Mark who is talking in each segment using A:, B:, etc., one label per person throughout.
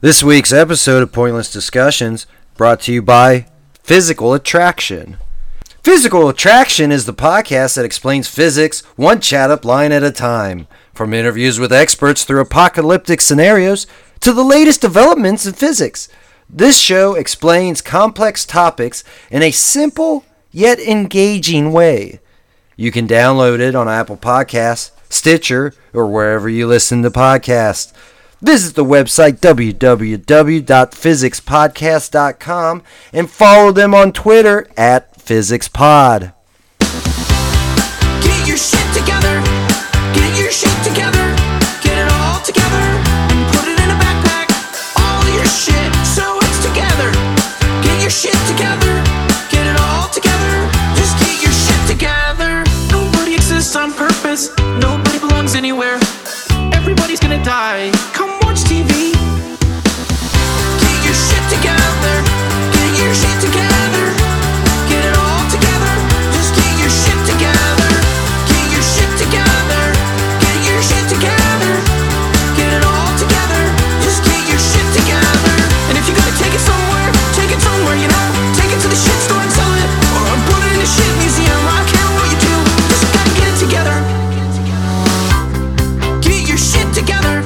A: This week's episode of Pointless Discussions brought to you by Physical Attraction. Physical Attraction is the podcast that explains physics one chat up line at a time, from interviews with experts through apocalyptic scenarios to the latest developments in physics. This show explains complex topics in a simple yet engaging way. You can download it on Apple Podcasts, Stitcher, or wherever you listen to podcasts. Visit the website www.physicspodcast.com and follow them on Twitter at physicspod.
B: Get your shit together. Get your shit together. Get it all together and put it in a backpack. All your shit so it's together. Get your shit together. Get it all together. Just get your shit together. Nobody exists on purpose. Nobody belongs anywhere. Everybody's gonna die. Come watch TV. Get your shit together. Get your shit together. Get it all together. Just get your shit together. Get your shit together. Get your shit together. Get it all together. Just get your shit together. And if you're gonna take it somewhere, take it somewhere, you know. Take it to the shit store and sell it, or put it in a shit museum. I don't care what you do. Just gotta get it together. Get your shit together.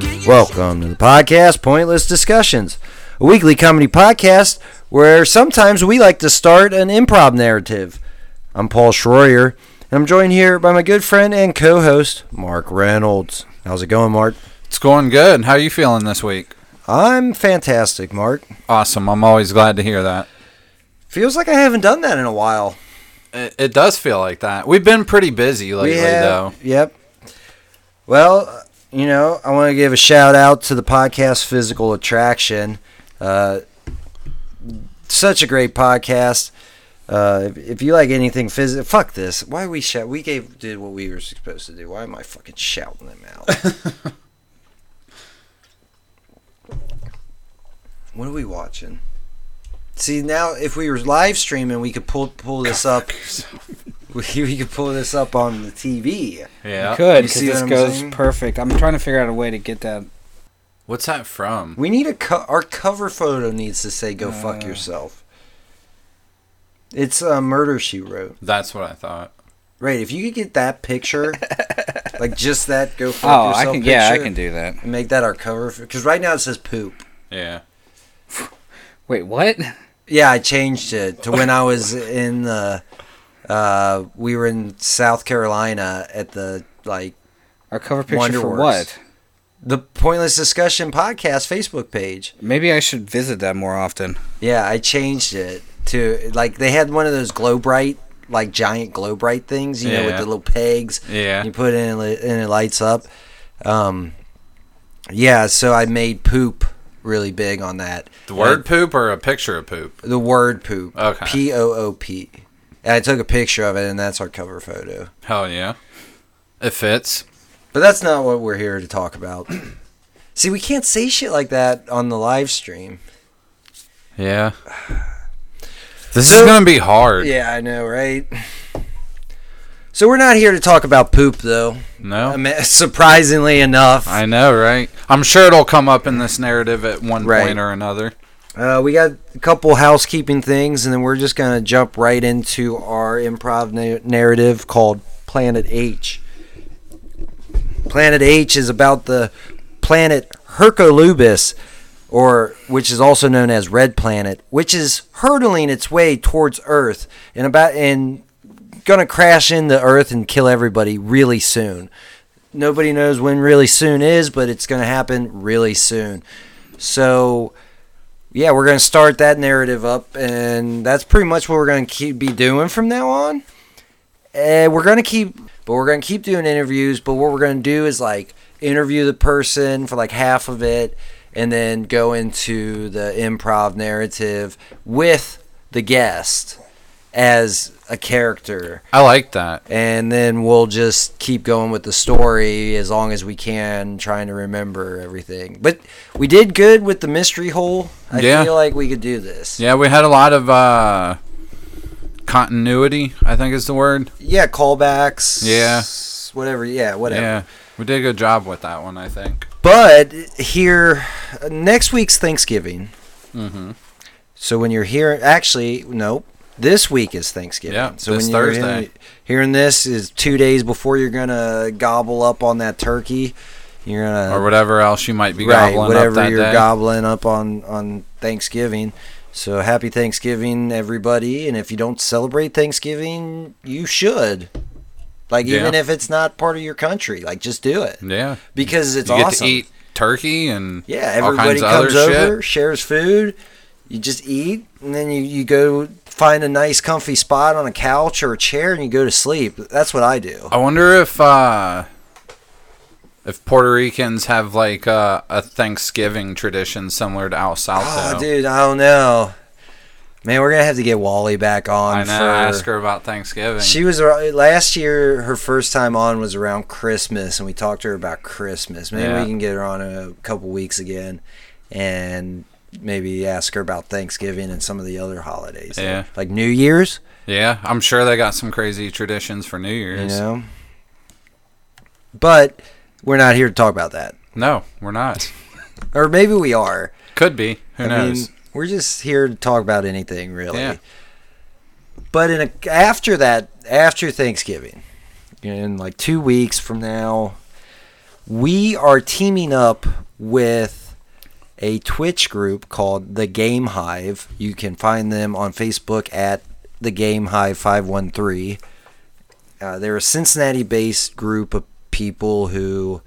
B: Get your
A: Welcome to the podcast Pointless Discussions, a weekly comedy podcast where sometimes we like to start an improv narrative. I'm Paul Schroyer, and I'm joined here by my good friend and co host, Mark Reynolds. How's it going, Mark?
C: It's going good. How are you feeling this week?
A: I'm fantastic, Mark.
C: Awesome. I'm always glad to hear that.
A: Feels like I haven't done that in a while.
C: It, it does feel like that. We've been pretty busy lately, though.
A: Yep. Well, you know, I want to give a shout out to the podcast Physical Attraction. Uh, such a great podcast. Uh, if, if you like anything physical, fuck this. Why we shout? We gave did what we were supposed to do. Why am I fucking shouting them out? what are we watching? See now, if we were live streaming, we could pull pull this up. we, we could pull this up on the TV.
C: Yeah.
D: Could
A: You
D: because
A: see
D: this
A: what I'm
D: goes
A: saying?
D: perfect. I'm trying to figure out a way to get that.
C: What's that from?
A: We need a co- our cover photo needs to say "Go
D: Uh.
A: fuck yourself." It's uh, murder she wrote.
C: That's what I thought.
A: Right, if you could get that picture, like just that "Go fuck
D: Oh, I
A: yourself"
D: can.
A: picture,
D: Yeah, I can do that.
A: and make that our cover because right now it says poop.
C: Yeah.
D: Wait, what?
A: Yeah, I changed it to when I was in the. Uh, we were in South Carolina at the like
D: Our cover picture for
A: Wonderworks.
D: what?
A: the Pointless Discussion podcast Facebook page.
D: Maybe I should visit that more often.
A: Yeah, I changed it to like they had one of those glow bright, like giant glow bright things, you know, with
C: Yeah.
A: the little pegs.
C: Yeah.
A: You put it in and it- and it lights up. Um, yeah, so I made poop really big on that.
C: The word poop or a picture of poop?
A: The word poop.
C: Okay.
A: P O O P. And I took a picture of it, and that's our cover photo.
C: Hell yeah. It fits.
A: But that's not what we're here to talk about. See, we can't say shit like that on the live stream.
C: Yeah. This
A: So-
C: is going to be hard.
A: Yeah, I know, right? So we're not here to talk about poop, though.
C: No?
A: I mean, surprisingly enough,
C: I know, right? I'm sure it'll come up in this narrative at one
A: Right.
C: point or another.
A: uh, we got a couple housekeeping things, and then we're just gonna jump right into our improv na- narrative called Planet H. Planet H is about the planet Hercolubis, or which is also known as Red Planet, which is hurtling its way towards Earth and about and gonna crash into Earth and kill everybody really soon. Nobody knows when really soon is, but it's gonna happen really soon. So yeah, we're going to start that narrative up, and that's pretty much what we're going to keep be doing from now on. And we're going to keep, but we're going to keep doing interviews. But what we're going to do is like interview the person for like half of it, and then go into the improv narrative with the guest as a character,
C: I like that.
A: and then we'll just keep going with the story as long as we can, trying to remember everything. But we did good with the mystery hole. I
C: Yeah.
A: feel like we could do this.
C: Yeah, we had a lot of uh, continuity, I think is the word.
A: yeah callbacks
C: Yeah.
A: whatever yeah whatever
C: Yeah. We did a good job with that one, I think.
A: But here, next week's Thanksgiving.
C: Mm-hmm.
A: So when you're here, actually, nope. This week is Thanksgiving.
C: Yeah,
A: so
C: this
A: when you're hearing-
C: Thursday.
A: hearing this is two days before you're gonna gobble up on that turkey. You're gonna
C: Or whatever else you might be
A: Uh, right,
C: gobbling
A: whatever
C: up that
A: you're
C: day.
A: gobbling up on on Thanksgiving. So happy Thanksgiving, everybody! And if you don't celebrate Thanksgiving, you should. Like
C: Yeah.
A: even if it's not part of your country, like just do it
C: yeah.
A: because it's
C: you get
A: awesome.
C: to eat turkey and
A: Yeah,
C: all
A: everybody
C: kinds of
A: comes
C: other
A: over,
C: shit.
A: shares food. You just eat, and then you, you go find a nice, comfy spot on a couch or a chair, and you go to sleep. That's what I do.
C: I wonder if uh if Puerto Ricans have like uh, a Thanksgiving tradition similar to out south
A: Oh,
C: though.
A: dude, I don't know. Man, we're gonna have to get Wally back on.
C: I know.
A: for-
C: Ask her about Thanksgiving.
A: She was ar- last year. Her first time on was around Christmas, and we talked to her about Christmas. Maybe
C: Yeah.
A: we can get her on a couple weeks again, and maybe ask her about Thanksgiving and some of the other holidays.
C: Yeah.
A: like New Year's.
C: yeah, I'm sure they got some crazy traditions for New
A: you
C: Year's.
A: know. But we're not here to talk about that,
C: No, we're not.
A: or maybe we are.
C: Could be. Who knows?
A: we're just here to talk about anything really.
C: Yeah.
A: But in a, after that, after Thanksgiving, in like two weeks from now, we are teaming up with a Twitch group called The Game Hive. You can find them on Facebook at The Game Hive 513. Uh, they're a Cincinnati based group of people who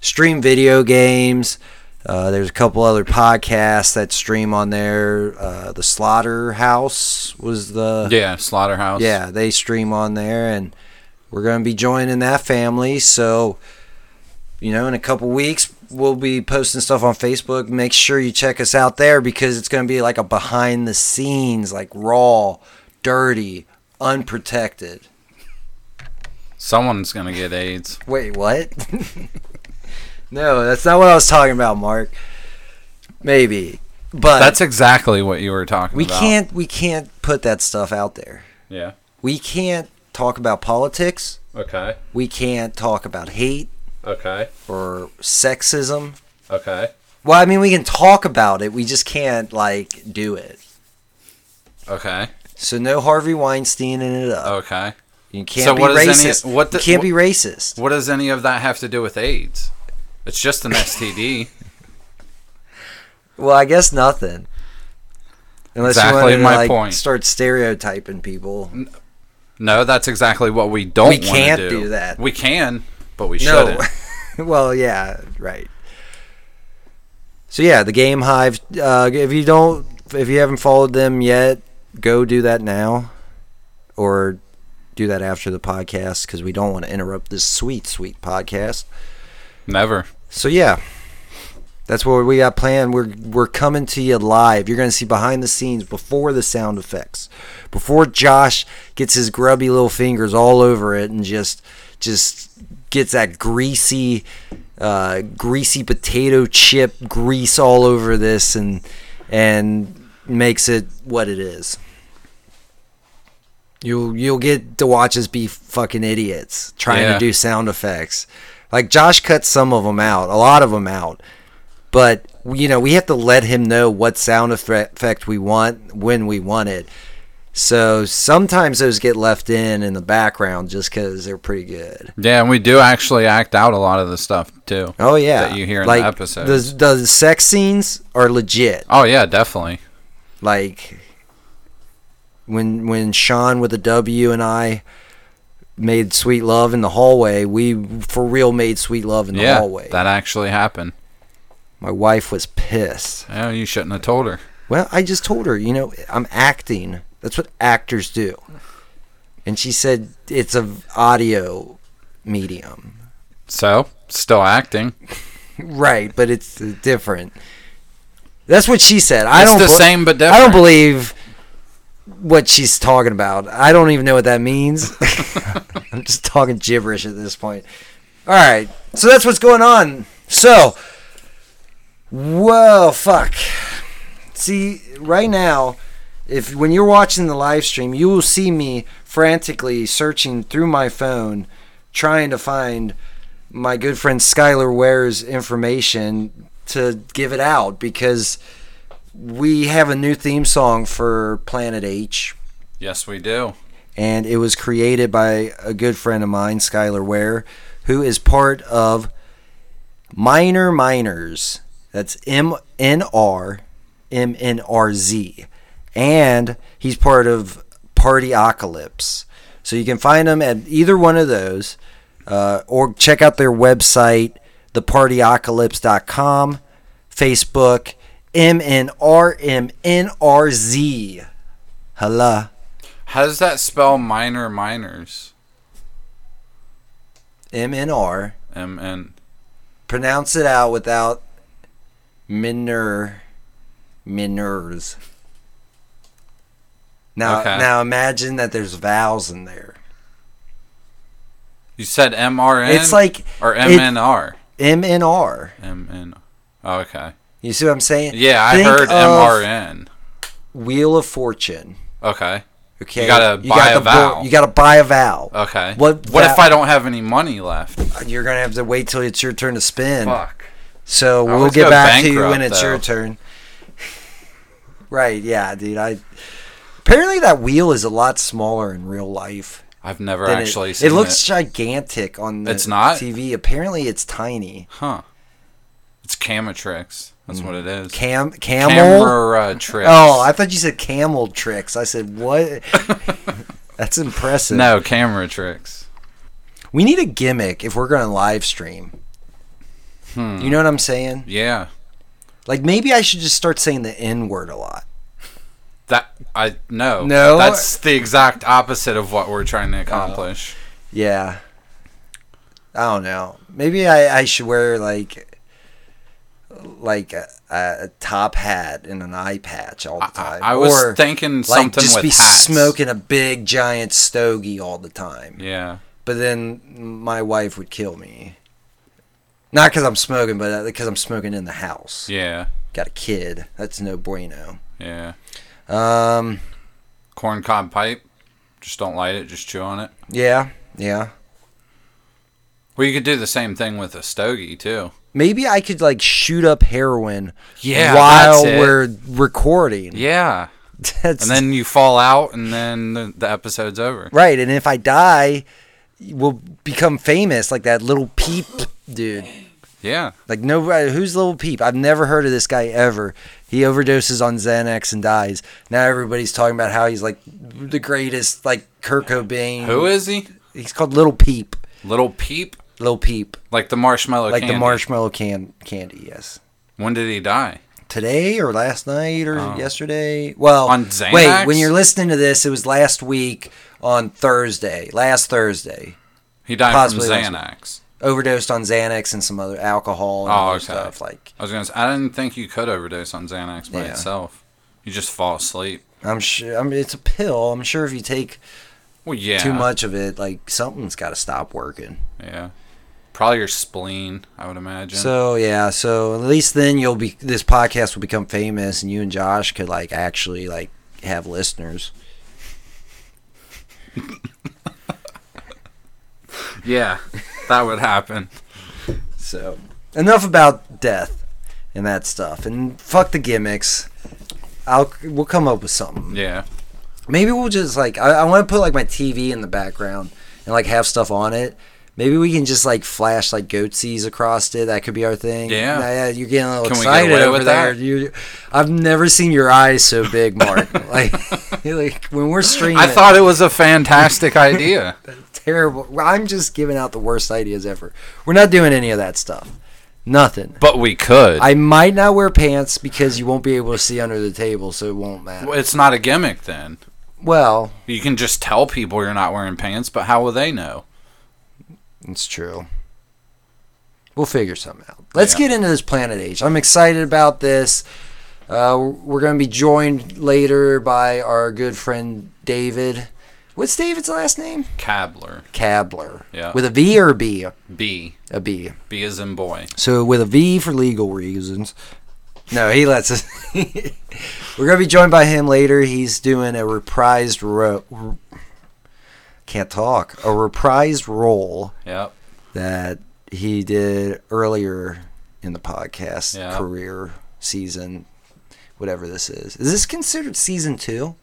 A: stream video games. Uh, there's a couple other podcasts that stream on there. Uh, the Slaughterhouse was the
C: yeah, slaughterhouse.
A: uh, yeah, they stream on there, and we're going to be joining that family. So, you know, in a couple weeks, we'll be posting stuff on Facebook. Make sure you check us out there because it's going to be like a behind the scenes, like raw, dirty, unprotected.
C: Someone's gonna get AIDS.
A: Wait, what? no, that's not what I was talking about, Mark. Maybe, but
C: That's exactly what you were talking
A: Uh, we
C: about.
A: can't we can't put that stuff out there.
C: Yeah.
A: We can't talk about politics.
C: Okay.
A: We can't talk about hate.
C: Okay.
A: or sexism.
C: Okay.
A: Well, I mean, we can talk about it. We just can't like do it.
C: Okay.
A: So no Harvey Weinstein in it up.
C: Okay.
A: You can't
C: So
A: be
C: what does any-
A: racist.
C: what the-
A: you can't
C: wh-
A: be racist.
C: What does any of that have to do with AIDS? It's just an STD.
A: Well, I guess nothing. Unless
C: Exactly
A: you want to
C: my
A: like,
C: point.
A: start stereotyping people.
C: No, that's exactly what we don't.
A: We
C: wanna
A: can't do that.
C: We can, but we
A: No.
C: shouldn't.
A: well, yeah, right. So yeah, the Game Hive. Uh, if you don't, if you haven't followed them yet, go do that now, or do that after the podcast because we don't want to interrupt this sweet, sweet podcast.
C: Never.
A: So yeah, that's what we got planned. We're we're coming to you live. You're gonna see behind the scenes before the sound effects, before Josh gets his grubby little fingers all over it and just just gets that greasy, uh, greasy potato chip grease all over this and and makes it what it is. You'll you'll get to watch us be fucking idiots trying
C: Yeah.
A: to do sound effects. Like Josh cuts some of them out, a lot of them out, but you know we have to let him know what sound effe- effect we want when we want it. So sometimes those get left in in the background just because they're pretty good.
C: Yeah, and we do actually act out a lot of the stuff too.
A: Oh yeah,
C: That you hear in the
A: like, The
C: episodes.
A: the sex scenes are legit.
C: Oh yeah, definitely.
A: like when when Sean with a W and I made sweet love in the hallway, we for real made sweet love in the
C: yeah,
A: hallway.
C: that actually happened.
A: My wife was pissed.
C: Oh, you shouldn't have told her.
A: Well, I just told her, you know, I'm acting. That's what actors do. And she said it's a audio medium.
C: So, still acting.
A: Right, but it's different. That's what she said. I
C: it's
A: don't
C: the
A: bel-
C: same but different.
A: I don't believe what she's talking about. I don't even know what that means. I'm just talking gibberish at this point. All right. So that's what's going on. So, whoa, fuck. See, right now, if when you're watching the live stream, you will see me frantically searching through my phone trying to find my good friend Skylar Ware's information to give it out because we have a new theme song for Planet H,
C: Yes, we do.
A: and it was created by a good friend of mine, Skylar Ware, who is part of Minor Miners. That's M N R M N R Z, and he's part of Party Partyocalypse. So you can find them at either one of those, uh, or check out their website, thepartyocalypse.com, Facebook, M N R M N R Z. Hello.
C: How does that spell minor minors?
A: M N R.
C: M N.
A: Pronounce it out without minor minors. Now,
C: Okay.
A: now imagine that there's vowels in there.
C: You said M R N.
A: it's like
C: or
A: it-
C: M N R.
A: M N R.
C: M N. Oh, okay.
A: You see what I'm saying?
C: Yeah, I
A: Think
C: heard
A: of
C: M R N.
A: Wheel of Fortune.
C: Okay.
A: Okay,
C: gotta buy a
A: the bo-
C: vowel.
A: You gotta buy a vowel.
C: Okay.
A: What
C: What if
A: va-
C: I don't have any money left?
A: You're gonna have to wait till it's your turn to spin.
C: Fuck.
A: So we'll
C: let's
A: get
C: go
A: back to you when
C: bankrupt,
A: it's your
C: though.
A: turn. right, yeah, dude. I apparently that wheel is a lot smaller in real life.
C: I've never
A: than it-
C: actually
A: it,
C: seen it.
A: looks gigantic on the
C: It's not?
A: TV. Apparently, it's tiny.
C: Huh. It's camera tricks. That's what it is.
A: Cam camel.
C: Camera tricks.
A: Oh, I thought you said camel tricks. I said what? That's impressive.
C: no camera tricks.
A: we need a gimmick if we're gonna live stream.
C: Hmm.
A: You know what I'm saying?
C: Yeah.
A: Like maybe I should just start saying the N word a lot.
C: That I no.
A: No?
C: That's the exact opposite of what we're trying to accomplish.
A: Yeah. I don't know. Maybe I, I should wear like like a, a top hat and an eye patch all the
C: I,
A: time.
C: I was
A: Oh, or
C: thinking
A: like
C: something
A: just
C: with
A: be
C: hats.
A: smoking a big giant stogie all the time.
C: Yeah.
A: But then my wife would kill me. Not because I'm smoking, but because I'm smoking in the house.
C: Yeah.
A: Got a kid. That's no bueno.
C: Yeah.
A: Um.
C: Corn cob pipe. Just don't light it. Just chew on it.
A: Yeah. Yeah.
C: Well, you could do the same thing with a stogie too.
A: Maybe I could like shoot up heroin
C: Yeah,
A: while
C: that's it.
A: we're recording.
C: Yeah.
A: That's
C: And then you fall out, and then the, the episode's over.
A: right. And if I die, we'll become famous like that little peep dude.
C: Yeah.
A: Like nobody who's little peep. I've never heard of this guy ever. He overdoses on Xanax and dies. Now everybody's talking about how he's like the greatest, like Kurt Cobain.
C: Who is he?
A: He's called Little Peep.
C: Little Peep,
A: Little Peep,
C: like the marshmallow.
A: like the
C: candy.
A: marshmallow can candy. Yes.
C: When did he die?
A: today or last night or yesterday. Well,
C: Oh. On
A: wait,
C: Xanax?
A: when you're listening to this, it was last week on Thursday, last Thursday.
C: He died
A: Possibly
C: from
A: last
C: Xanax.
A: Overdosed on Xanax and some other alcohol and
C: Oh,
A: other
C: okay.
A: stuff. Like
C: I was gonna. Say, I didn't think you could overdose on Xanax by
A: Yeah.
C: itself. You just fall asleep.
A: I'm sure, I mean, it's a pill. I'm sure if you take
C: Well, yeah.
A: too much of it, like something's got to stop working.
C: Yeah. Probably your spleen, I would imagine.
A: So yeah, so at least then you'll be this podcast will become famous, and you and Josh could like actually like have listeners.
C: yeah, that would happen.
A: So enough about death and that stuff, and fuck the gimmicks. I'll we'll come up with something.
C: Yeah.
A: Maybe we'll just like I, I want to put like my TV in the background and like have stuff on it. Maybe we can just like flash like goatsees across it. That could be our thing.
C: Yeah.
A: yeah you're getting a little
C: Can we get
A: excited
C: away
A: over
C: with
A: there.
C: that?
A: You, I've never seen your eyes so big, Mark. like, like when we're streaming,
C: I thought it was a fantastic idea.
A: terrible. I'm just giving out the worst ideas ever. We're not doing any of that stuff. Nothing.
C: But we could.
A: I might not wear pants because you won't be able to see under the table, so it won't matter.
C: it's not a gimmick then.
A: Well,
C: You can just tell people you're not wearing pants, but how will they know?
A: it's true. We'll figure something out. Let's
C: Yeah.
A: get into this Planet Age. I'm excited about this. Uh, we're going to be joined later by our good friend David. What's David's last name?
C: Cabler.
A: Cabler.
C: Yeah.
A: With a V or a B?
C: B.
A: A B.
C: B is in boy.
A: So with a V for legal reasons. No, he lets us. We're gonna be joined by him later. He's doing a reprised role. Can't talk. A reprised role
C: Yep.
A: that he did earlier in the podcast
C: Yeah.
A: career season, whatever this is. Is this considered season two?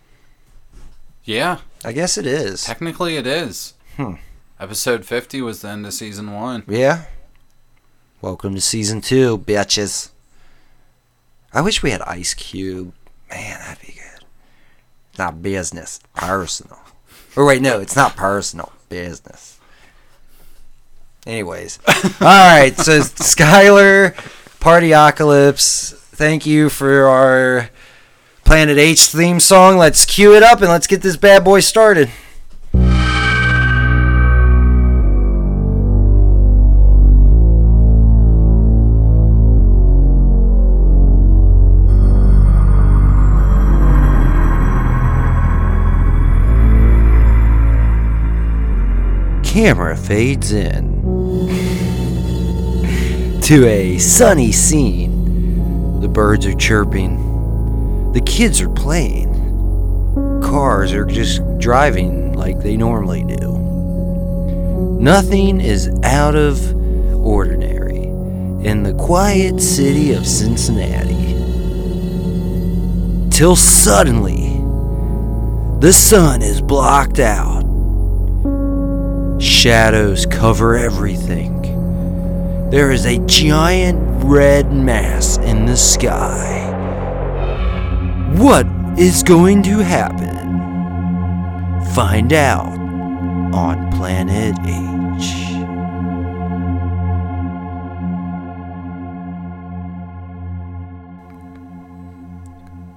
C: Yeah,
A: I guess it is.
C: technically it is.
A: Hmm.
C: Episode 50 was the end of season one.
A: Yeah. Welcome to season two, bitches. I wish we had Ice Cube. Man, that'd be good. Not business, personal. Or wait, no, it's not personal, business. Anyways, all right. So Skylar, Partyocalypse. Thank you for our Planet H theme song. Let's cue it up and let's get this bad boy started. camera fades in to a sunny scene. The birds are chirping, the kids are playing, cars are just driving like they normally do. Nothing is out of ordinary in the quiet city of Cincinnati. Till suddenly, the sun is blocked out. Shadows cover everything. There is a giant red mass in the sky. What is going to happen? Find out on Planet H.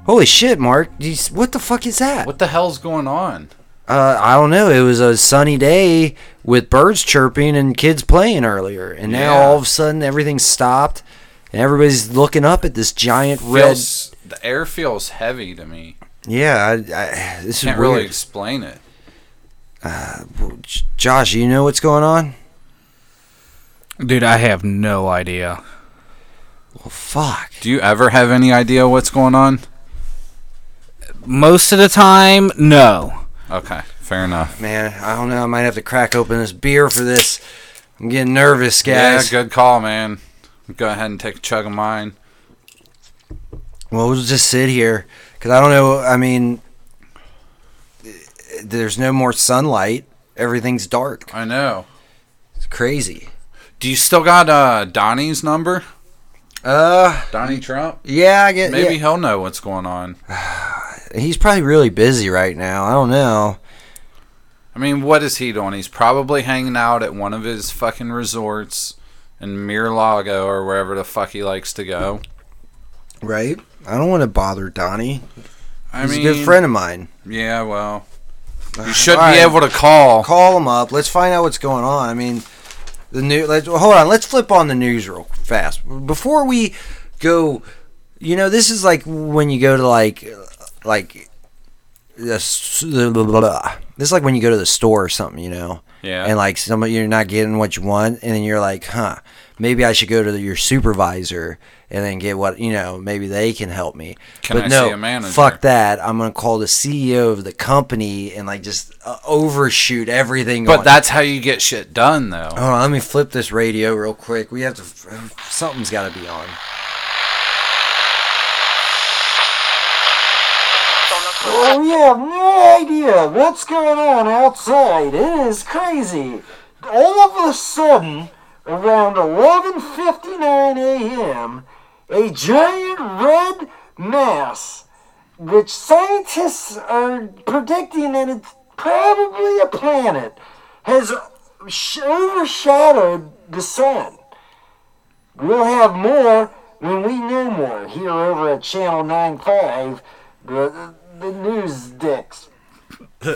A: Holy shit, Mark. You s- What the fuck is that?
C: What the hell's going on?
A: Uh, I don't know. It was a sunny day with birds chirping and kids playing earlier, and now
C: Yeah.
A: all of a sudden everything stopped, and everybody's looking up at this giant red.
C: Feels, the air feels heavy to me.
A: Yeah, I, I, this is
C: Can't
A: really.
C: really explain it.
A: Josh, you know what's going on?
D: Dude, I have no idea.
A: Well, fuck.
C: Do you ever have any idea what's going on?
D: Most of the time, no.
C: Okay, fair enough.
A: Man, I don't know. I might have to crack open this beer for this. I'm getting nervous,
C: Yeah,
A: guys.
C: good call, man. Go ahead and take a chug of mine.
A: Well, we'll just sit here because I don't know. I mean, there's no more sunlight. Everything's dark.
C: I know.
A: It's crazy.
C: Do you still got uh, Donnie's number?
A: Uh,
C: Donnie Trump?
A: yeah, I get
C: Maybe
A: yeah.
C: he'll know what's going on.
A: He's probably really busy right now. I don't know.
C: I mean, what is he doing? He's probably hanging out at one of his fucking resorts in Miralago or wherever the fuck he likes to go.
A: Right? I don't want to bother Donnie.
C: I
A: He's
C: mean,
A: a good friend of mine.
C: Yeah, well, you should
A: All
C: be
A: right.
C: able to call.
A: Call him up. Let's find out what's going on. I mean, the new. Let's hold on. Let's flip on the news real fast before we go. You know, this is like when you go to like, uh, like, the s- the blah, blah, blah. this is like when you go to the store or something. You know,
C: Yeah.
A: and like some you're not getting what you want and then you're like huh maybe i should go to your supervisor and then get what you know maybe they can help me
C: Can
A: but
C: I
A: no
C: see a manager?
A: fuck that i'm gonna call the ceo of the company and like just uh, overshoot everything
C: but
A: on-
C: that's how you get shit done, though.
A: hold on let me flip this radio real quick we have to something's gotta be on Oh, we have no idea what's going on outside. It is crazy. All of a sudden, around 11:59 a.m., a giant red mass, which scientists are predicting that it's probably a planet, has sh- overshadowed the sun. We'll have more when we know more here over at Channel 95, the, the news dicks. all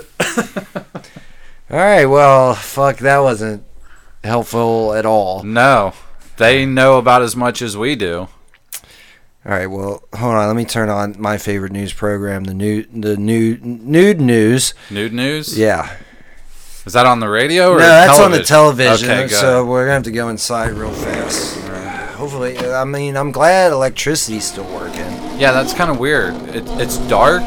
A: right, well, fuck, that wasn't helpful at all.
C: No, they know about as much as we do.
A: All right, well, hold on, let me turn on my favorite news program, the new the new nude news.
C: Nude news?
A: Yeah.
C: Is that on the radio or
A: no, that's on the
C: television?
A: television.
C: Okay, good.
A: so we're gonna have to go inside real fast. Hopefully, I mean, I'm glad electricity's still working.
C: yeah, that's kind of weird. It, it's dark,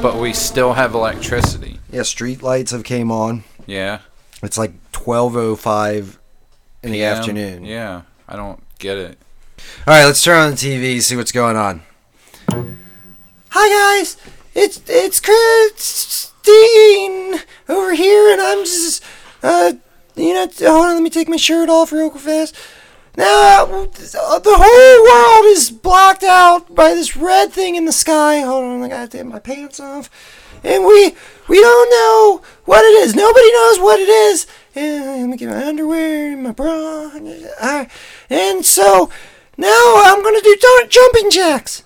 C: but we still have electricity.
A: Yeah, street lights have came on.
C: Yeah.
A: It's like 12:05 in the
C: PM.
A: afternoon.
C: Yeah, I don't get it.
A: All right, let's turn on the TV, see what's going on. Hi guys, it's it's Christine over here, and I'm just uh, you know, hold on, let me take my shirt off real fast. Now uh, the whole world is blocked out by this red thing in the sky. Hold on, I gotta take my pants off, and we we don't know what it is. Nobody knows what it is. And let me get my underwear and my bra. and, uh, And so now I'm gonna do dar- jumping jacks.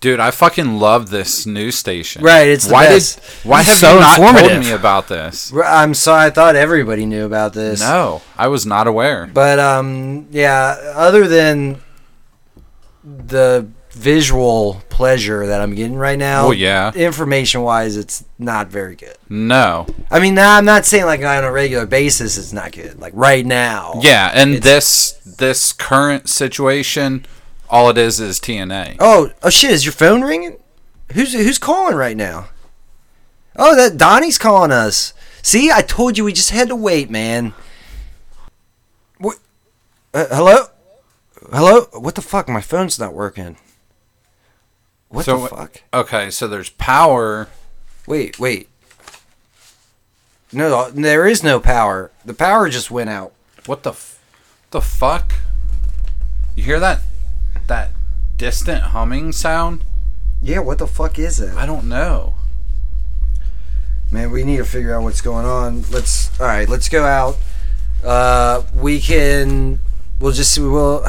C: Dude, I fucking love this news station.
A: Right, it's the
C: why
A: best.
C: did why
D: It's
C: have
D: so
C: you not told
D: informative.
C: me about this?
A: R- I'm sorry. I thought everybody knew about this.
C: No, I was not aware.
A: But um, yeah. Other than the visual pleasure that I'm getting right now,
C: Well, yeah.
A: Information-wise, it's not very good.
C: No,
A: I mean, now I'm not saying like on a regular basis it's not good. Like right now.
C: yeah, and
A: It's-
C: this this current situation, all it is is TNA.
A: Oh, oh shit! Is your phone ringing? Who's who's calling right now? Oh, that Donnie's calling us. See, I told you we just had to wait, man. What? Uh, hello? Hello? What the fuck? My phone's not working. What
C: So
A: the
C: what-
A: fuck?
C: Okay, so there's power.
A: Wait, wait. No, there is no power. The power just went out.
C: What the f- the fuck? You hear that that distant humming sound?
A: Yeah, what the fuck is it?
C: I don't know.
A: Man, we need to figure out what's going on. Let's all right. Let's go out. Uh, we can. We'll just we'll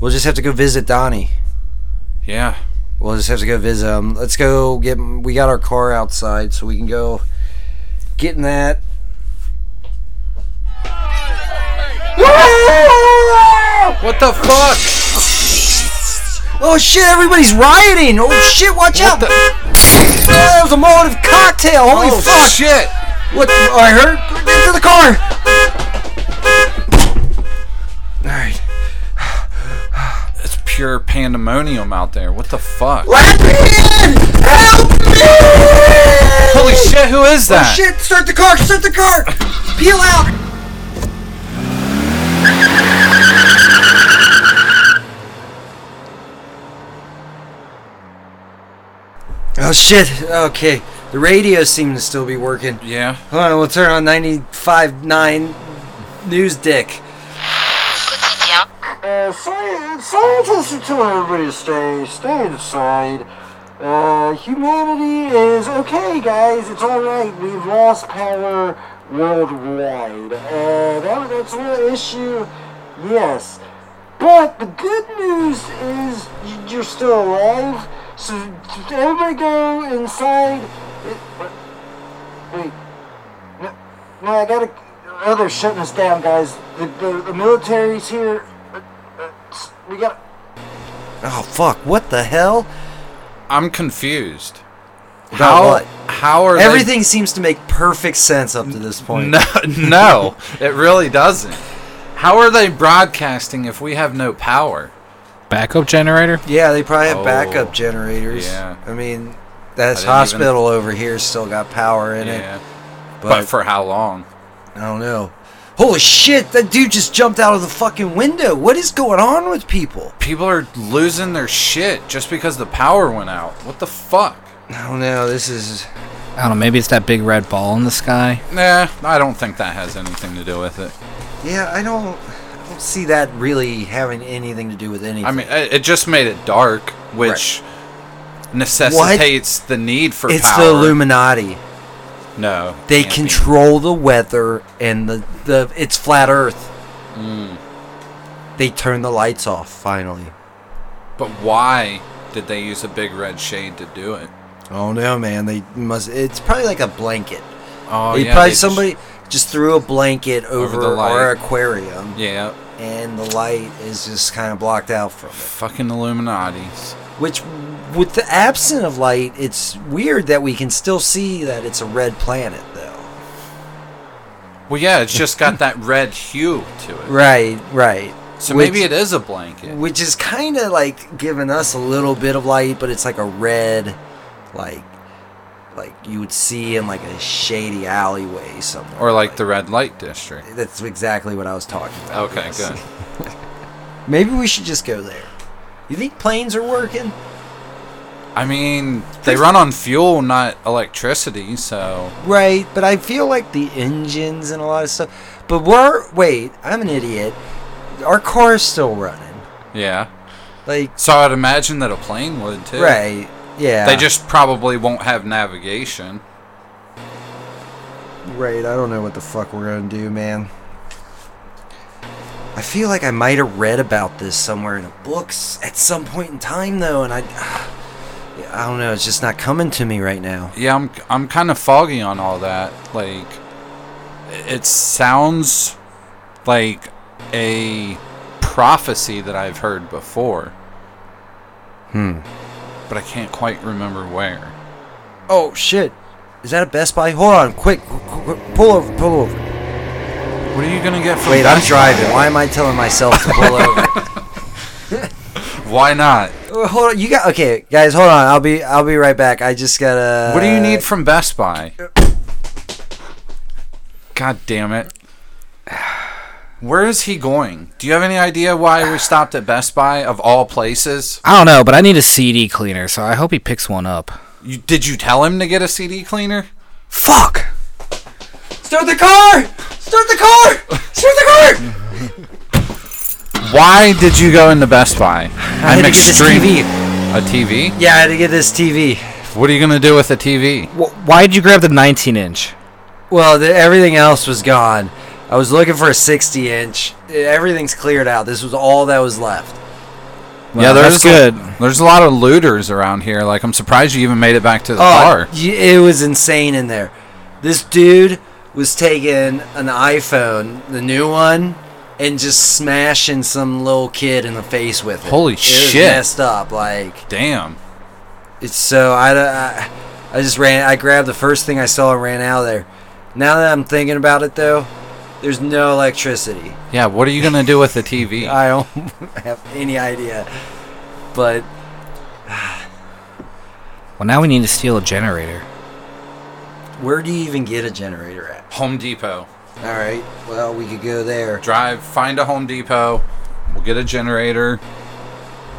A: we'll just have to go visit Donnie.
C: Yeah.
A: We'll just have to go visit him. Let's go get. We got our car outside, so we can go get in that.
C: What the fuck?
A: Oh shit! Everybody's rioting. Oh shit! Watch out!
C: What the
A: that was a Molotov cocktail. Holy
C: oh,
A: fuck!
C: shit?
A: What? The, I heard. Get to the car. All right.
C: It's pure pandemonium out there. What the fuck?
A: Let me in! Help me!
C: Holy shit, who is that?
A: Oh, Shit, start the car, start the car! Peel out! Oh shit, okay. The radio seems to still be working.
C: Yeah.
A: Hold on, we'll turn on 95.9 News Dick.
E: quotidien,
F: Uh, science, scientists are telling everybody to stay, stay inside. Uh, humanity is okay, guys. It's all right. We've lost power worldwide. Uh, that, that's one issue. Yes, but the good news is y- you're still alive. So everybody go inside. It, wait. No, no, I gotta. Oh, they're shutting us down, guys. The, the, the military's here. Uh, uh, s- We got.
A: Oh fuck, what the hell?
C: I'm confused.
A: About what?
C: How are they-
A: Everything seems to make perfect sense up to this point.
C: No, no, it really doesn't. How are they broadcasting if we have no power?
D: Backup generator?
A: Yeah, they probably have
C: Oh,
A: backup generators.
C: yeah.
A: I mean, that's
C: I didn't
A: hospital over here still got power in
C: Yeah.
A: it,
C: But,
A: but,
C: for how long?
A: I don't know. Holy shit, that dude just jumped out of the fucking window. What is going on with people?
C: People are losing their shit just because the power went out. What the fuck?
A: I don't know. This is
D: I don't know, maybe it's that big red ball in the sky.
C: Nah, I don't think that has anything to do with it.
A: Yeah, I don't I don't see that really having anything to do with anything.
C: I mean, it it just made it dark, which necessitates the need for
A: it's
C: power.
A: the Illuminati.
C: No,
A: They
C: can't be.
A: control the weather and the, the it's flat earth.
C: Hmm.
A: They turn the lights off finally.
C: But why did they use a big red shade to do it?
A: Oh no, man! They must. It's probably like a blanket.
C: Oh,
A: They
C: they
A: probably
C: just-
A: somebody just, threw a blanket
C: Over
A: over,
C: the light.
A: our aquarium,
C: yeah,
A: and the light is just kind of blocked out from it.
C: fucking Illuminati's.
A: Which, with the absence of light, it's weird that we can still see that it's a red planet, though.
C: Well, yeah, it's just got that red hue to it.
A: Right, right.
C: So
A: Which-
C: maybe it is a blanket.
A: which is kind of like giving us a little bit of light, but it's like a red, like like you would see in like a shady alleyway somewhere.
C: Or like the red light district.
A: That's exactly what I was talking about.
C: Okay,
A: yes.
C: good.
A: Maybe we should just go there. You think planes are working?
C: I mean, they run on fuel, not electricity, so
A: Right, but I feel like the engines and a lot of stuff. But we're wait, I'm an idiot. Our car's still running.
C: yeah.
A: Like
C: So I'd imagine that a plane would too.
A: right, yeah.
C: They just probably won't have navigation.
A: right. I don't know what the fuck we're gonna do, man. I feel like I might have read about this somewhere in a book s- at some point in time though, and I, yeah, I don't know. It's just not coming to me right now.
C: Yeah, I'm I'm kind of foggy on all that. Like it sounds like a prophecy that I've heard before. Hmm.
A: Hmm.
C: But I can't quite remember where.
A: Oh shit! Is that a Best Buy? Hold on, quick, qu- qu- qu- pull over, pull over.
C: What are you gonna get from
A: Wait, I'm
C: Best
A: driving. Why am I telling myself to pull over?
C: Buy? Why not?
A: Uh, Hold on, you got okay, guys. Hold on, I'll be I'll be right back. I just gotta.
C: What do you need from Best Buy? God damn it. Where is he going? Do you have any idea why we stopped at Best Buy of all places?
D: I don't know, but I need a CD cleaner, so I hope he picks one up.
C: You, did you tell him to get a CD cleaner?
D: Fuck!
A: Start the car! Start the car! Start the car!
C: Why did you go into Best Buy?
A: I had to get this TV.
C: A TV?
A: Yeah, I had to get this TV.
C: What are you going to do with a TV?
D: Wh- why'd you grab the 19 inch?
A: Well, the, everything else was gone. I was looking for a 60 inch. Everything's cleared out. This was all that was left.
D: Well, that's good.
C: there's a lot of looters around here. Like, I'm surprised you even made it back to
D: Oh,
C: the car.
A: Uh, y- it was insane in there. This dude was taking an iPhone, the new one, and just smashing some little kid in the face with it.
C: Holy
A: It was
C: shit.
A: messed up, like.
C: Damn.
A: It's so I, I, I just ran. I grabbed the first thing I saw and ran out of there. Now that I'm thinking about it, though, there's no electricity.
C: Yeah, what are you going to do with the TV?
A: I don't have any idea. But
D: Well, now we need to steal a generator.
A: where do you even get a generator at?
C: Home Depot.
A: All right. Well, we could go there.
C: drive, find a Home Depot, we'll get a generator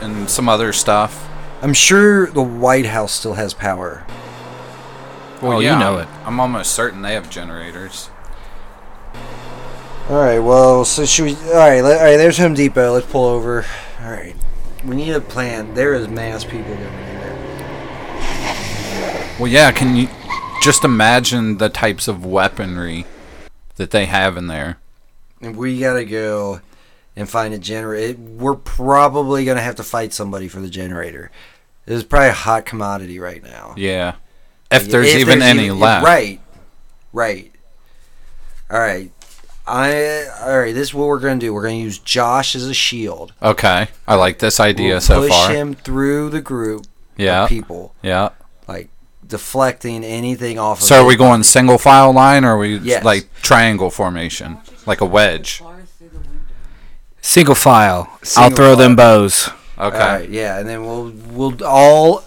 C: and some other stuff.
A: I'm sure the White House still has power.
D: Oh, you know
C: I'm-
D: it.
C: I'm almost certain they have generators.
A: All right. Well, so should we? All right. Let, all right. There's Home Depot. Let's pull over. All right. We need a plan. There is mass people going in there.
C: Well, yeah, can you just imagine the types of weaponry that they have in there?
A: And we gotta go and find a generator. We're probably gonna have to fight somebody for the generator. This is probably a hot commodity right now.
C: Yeah. If there's
A: If
C: even any left.
A: Right. Right. All right. I all right. This is what we're gonna do. We're gonna use Josh as a shield.
C: Okay. I like this idea
A: We'll
C: so
A: push
C: far.
A: him through the group
C: Yeah.
A: of people,
C: Yeah.
A: like deflecting anything off. of
C: So are we
A: his
C: going single file line or are we
A: Yes.
C: like triangle formation? Like a wedge.
D: Single file. I'll
A: Single
D: throw them
A: file.
D: bows.
C: Okay.
A: All right, Uh, yeah, and then we'll we'll all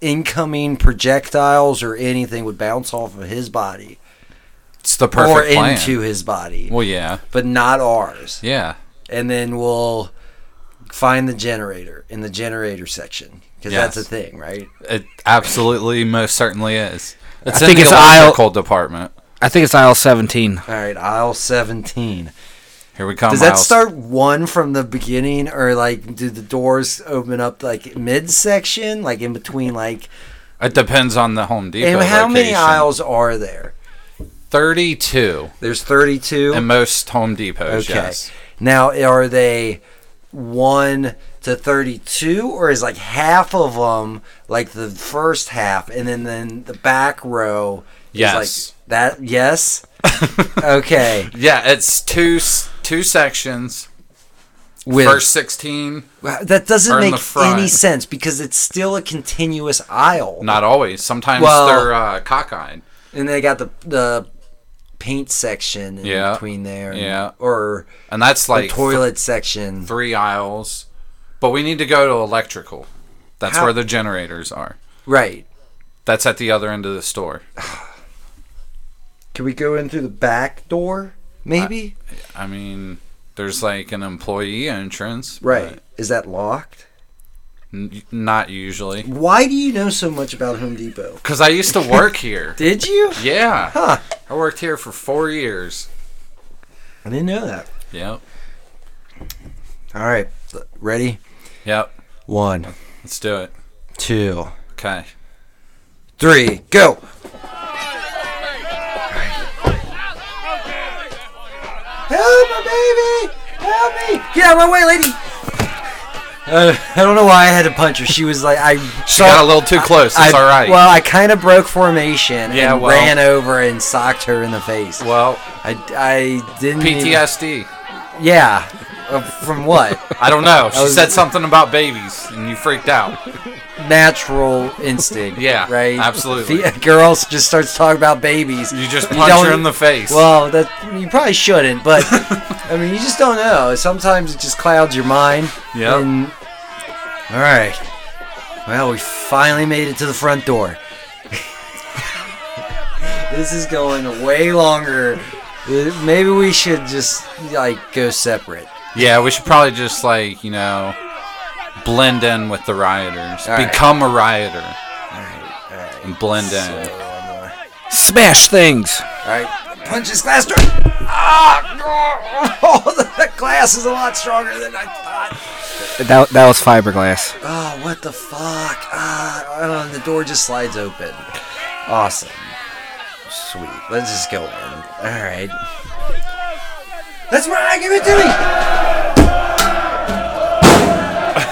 A: incoming projectiles or anything would bounce off of his body
C: It's the perfect
A: or
C: plan.
A: into his body,
C: well, yeah.
A: but not ours.
C: Yeah.
A: And then we'll find the generator in the generator section because that's a
C: Yes.
A: thing, right?
C: It absolutely, most certainly is. It's
D: I
C: in
D: think
C: the
D: it's aisle-
C: electrical department.
D: I think it's aisle 17.
A: All right, aisle seventeen.
C: Here we come.
A: Does that
C: aisle-
A: start one from the beginning, or like do the doors open up like midsection, like in between, like?
C: It depends on the Home Depot.
A: And how many
C: location.
A: aisles are there?
C: Thirty-two
A: There's thirty-two.
C: in most Home Depots.
A: Okay.
C: Yes.
A: Now, are they one to thirty-two, or is like half of them like the first half, and then then the back row? Is
C: Yes.
A: Like that. Yes. okay.
C: Yeah, it's two s- two sections.
A: With
C: First sixteen,
A: that doesn't
C: or in the
A: make
C: front.
A: any sense because it's still a continuous aisle.
C: not always. Sometimes
A: Well-
C: they're uh, cockeyed.
A: And they got the the paint section in
C: Yeah.
A: between there. and-
C: Yeah.
A: Or
C: And that's
A: the
C: like
A: toilet section.
C: three aisles. But we need to go to electrical. That's
A: How-
C: where the generators are.
A: Right.
C: That's at the other end of the store.
A: Can we go in through the back door? Maybe.
C: I mean, there's like an employee entrance.
A: right. Is that locked?
C: but n- not usually.
A: Why do you know so much about Home Depot?
C: Because I used to work here.
A: Did you?
C: Yeah.
A: Huh.
C: I worked here for four years.
A: I didn't know that.
C: Yep.
A: All right. Ready?
C: Yep.
A: One,
C: Let's do it.
A: two,
C: Okay.
A: three, go. Help my baby! Help me! Get out of my way, lady! Uh, I don't know why I had to punch her. She was like, I saw.
C: Got a little too close. It's
A: I-
C: all right.
A: Well, I kind of broke formation
C: Yeah,
A: and
C: well-
A: ran over and socked her in the face.
C: well,
A: I, I didn't. even-
C: PTSD.
A: yeah. Uh, from what?
C: I don't know. She
A: was-
C: said something about babies, and you freaked out.
A: Natural instinct.
C: Yeah,
A: Right?
C: absolutely.
A: The, girls just starts talking about babies.
C: You just punch
A: don't-
C: her in the face.
A: Well, that you probably shouldn't, but I mean, you just don't know. Sometimes it just clouds your mind.
C: Yep.
A: And, all right. Well, we finally made it to the front door. this is going way longer. Uh, Maybe we should just like go separate.
C: yeah, we should probably just like you know blend in with the rioters,
A: All right.
C: become a rioter,
A: All right. All right.
C: and blend
A: So,
C: in.
A: I'm, uh,
D: Smash things.
A: all right. Punch this glass door. Ah! Oh, the glass is a lot stronger than I thought.
D: That, that was fiberglass.
A: Oh, what the fuck? Ah, oh, and the door just slides open. Awesome. Sweet. Let's just go in. All right. That's my give it to me.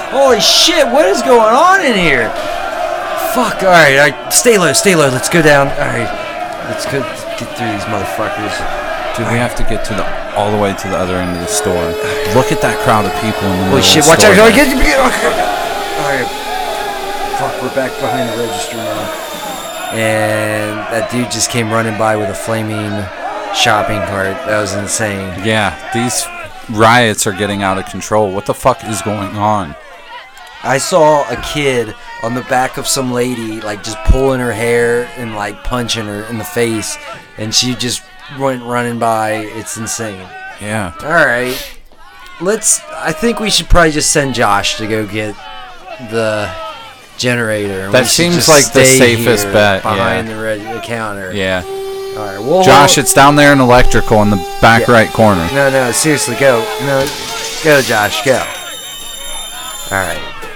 A: Holy shit! What is going on in here? Fuck. All right. All right. Stay low. Stay low. Let's go down. All right. Let's go get through these motherfuckers.
C: Do we have to get to the all the way to the other end of the store? Look at that crowd of people in the
A: Holy
C: middle of
A: shit!
C: the
A: Watch out!
C: store.
A: Get, get, get, all right. Fuck, we're back behind the register now. And that dude just came running by with a flaming shopping cart. That was insane.
C: Yeah, these riots are getting out of control. What the fuck is going on?
A: I saw a kid on the back of some lady, like just pulling her hair and like punching her in the face, and she just went running by. It's insane.
C: Yeah.
A: All right, let's. I think we should probably just send Josh to go get the generator. and
C: That
A: we should
C: seems
A: just
C: like the
A: stay
C: safest
A: here
C: bet, yeah.
A: behind the, reg- the counter.
C: Yeah.
A: All right. Well,
C: Josh, it's down there in electrical in the back
A: Yeah.
C: right corner.
A: No, no, seriously, go. No, go, Josh, go. All right.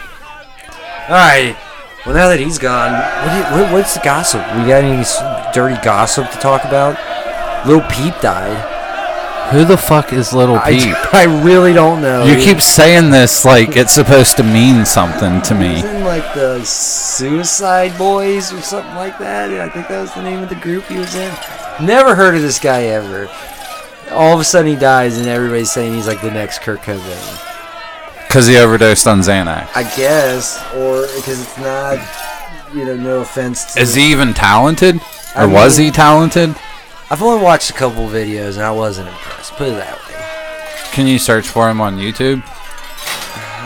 A: All right. Well, now that he's gone, what do you- what, what's the gossip? We got any s- dirty gossip to talk about? Little Peep died.
C: Who the fuck is Little Peep?
A: I, I really don't know.
C: You
A: He
C: keep saying this like it's supposed to mean something to me.
A: was in like the Suicide Boys or something like that. I think that was the name of the group he was in. Never heard of this guy ever. All of a sudden he dies, and everybody's saying he's like the next Kurt Cobain.
C: Because he overdosed on Xanax.
A: I guess, or because it's not, you know, no offense. To,
C: Is he even talented? Or
A: I
C: was
A: mean-
C: he talented?
A: I've only watched a couple videos and I wasn't impressed. Put it that way.
C: Can you search for him on YouTube?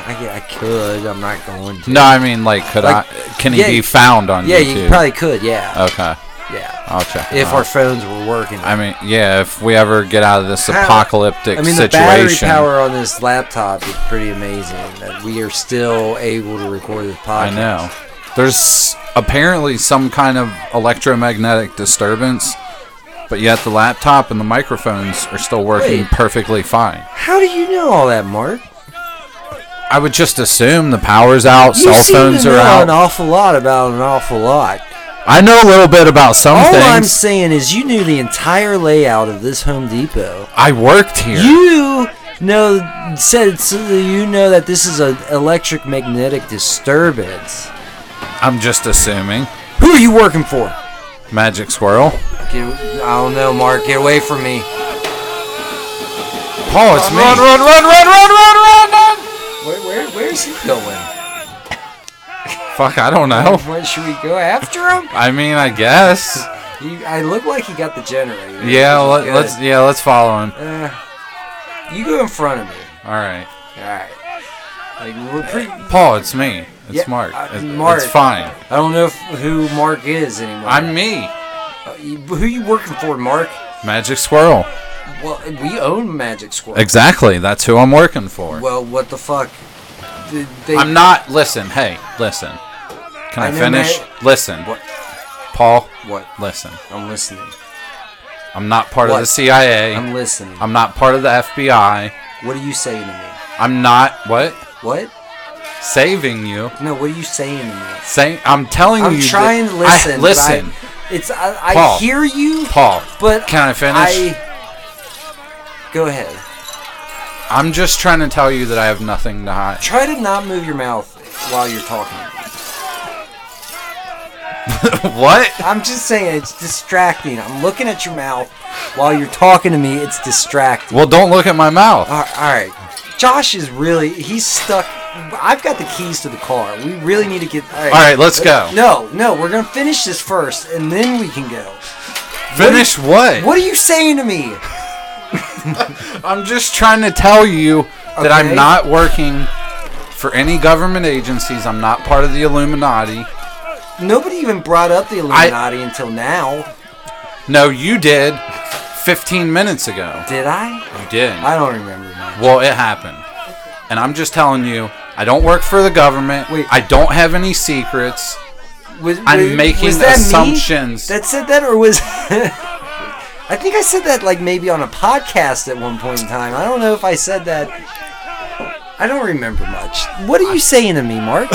A: I, g- I could. I'm not going to.
C: No, I mean, like, could
A: Like,
C: I? Can he
A: yeah,
C: be found on
A: Yeah,
C: YouTube?
A: you probably could. Yeah.
C: Okay,
A: yeah.
C: I'll check. it
A: If
C: out.
A: our phones were working.
C: I mean, yeah, if we ever get out of this
A: How-
C: apocalyptic
A: I mean, the battery
C: situation,
A: power on this laptop is pretty amazing. That we are still able to record this podcast.
C: I know. There's apparently some kind of electromagnetic disturbance, but yet the laptop and the microphones are still working
A: Wait.
C: perfectly fine.
A: How do you know all that, Mark?
C: I would just assume the power's out,
A: you
C: cell
A: seem
C: phones
A: to
C: are
A: know an
C: out.
A: awful lot about an awful lot.
C: I know a little bit about some
A: All I'm
C: things.
A: saying is, you knew the entire layout of this Home Depot.
C: I worked here.
A: You know, said so that you know that this is an electric magnetic disturbance.
C: I'm just assuming.
A: Who are you working for?
C: Magic Squirrel.
A: I don't know, Mark. Get away from me.
C: Paul, it's me.
A: Run,
C: run, run, run, run, run, run, run!
A: Where, where, where's he going?
C: Fuck, I don't know.
A: Where should we go after him?
C: I mean, I guess.
A: You, I look like he got the generator.
C: Yeah,
A: which
C: let,
A: is
C: let's
A: good.
C: yeah, let's follow him.
A: You go in front of me.
C: All right.
A: All right. Like we're pretty.
C: Paul, it's me. It's
A: Yeah,
C: Mark.
A: uh,
C: It's-
A: Mark.
C: It's fine.
A: I don't know if, who Mark is anymore. Uh,
C: I'm me.
A: You- who you working for, Mark?
C: Magic Swirl.
A: Well, we own Magic Squirrel.
C: Exactly. That's who I'm working for.
A: Well, what the fuck? Did They,
C: I'm not. Listen. Hey, listen. Can I,
A: I know,
C: finish?
A: Matt.
C: Listen.
A: What?
C: Paul,
A: What?
C: listen.
A: I'm listening.
C: I'm not part of
A: What?
C: the CIA.
A: I'm
C: I'm,
A: listening.
C: not part of the FBI.
A: what are you saying to me?
C: I'm not what?
A: What?
C: Saving you.
A: No, what are you saying to me?
C: Saying I'm telling
A: I'm
C: you. that-
A: trying to
C: I-
A: listen. but
C: listen.
A: I, it's I, I
C: Paul.
A: hear you,
C: Paul,
A: but
C: can I finish?
A: I, go ahead.
C: I'm just trying to tell you that I have nothing to hide.
A: Try to not move your mouth while you're talking.
C: what?
A: I'm just saying it's distracting. I'm looking at your mouth while you're talking to me. It's distracting.
C: Well, don't look at my mouth.
A: All right. Josh is really he's stuck. I've got the keys to the car. We really need to get. All right,
C: All right, let's go.
A: No, no, we're gonna finish this first, and then we can go.
C: Finish what?
A: What are you saying to me?
C: I'm just trying to tell you that
A: Okay.
C: I'm not working for any government agencies. I'm not part of the Illuminati.
A: Nobody even brought up the Illuminati until now.
C: No, you did 15 minutes ago.
A: Did I?
C: You did.
A: I don't remember. Now.
C: Well, it happened. And I'm just telling you, I don't work for the government.
A: Wait.
C: I don't have any secrets.
A: Was,
C: I'm
A: was-
C: making
A: was that me
C: assumptions.
A: that said that, or was I think I said that like maybe on a podcast at one point in time. I don't know if I said that. I don't remember much. What are you saying to me, Mark?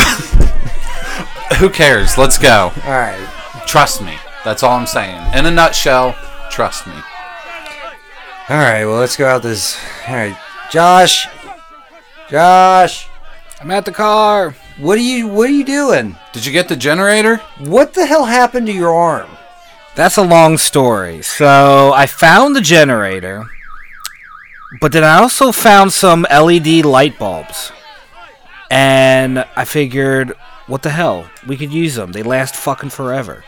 C: Who cares? Let's go.
A: All right.
C: Trust me. That's all I'm saying. In a nutshell, trust me.
A: All right. Well, let's go out this. All right, Josh. Josh,
D: I'm at the car.
A: what are you? What are you doing?
C: Did you get the generator?
A: What the hell happened to your arm?
D: That's a long story. So I found the generator, but then I also found some LED light bulbs. And I figured, what the hell? We could use them. They last fucking forever.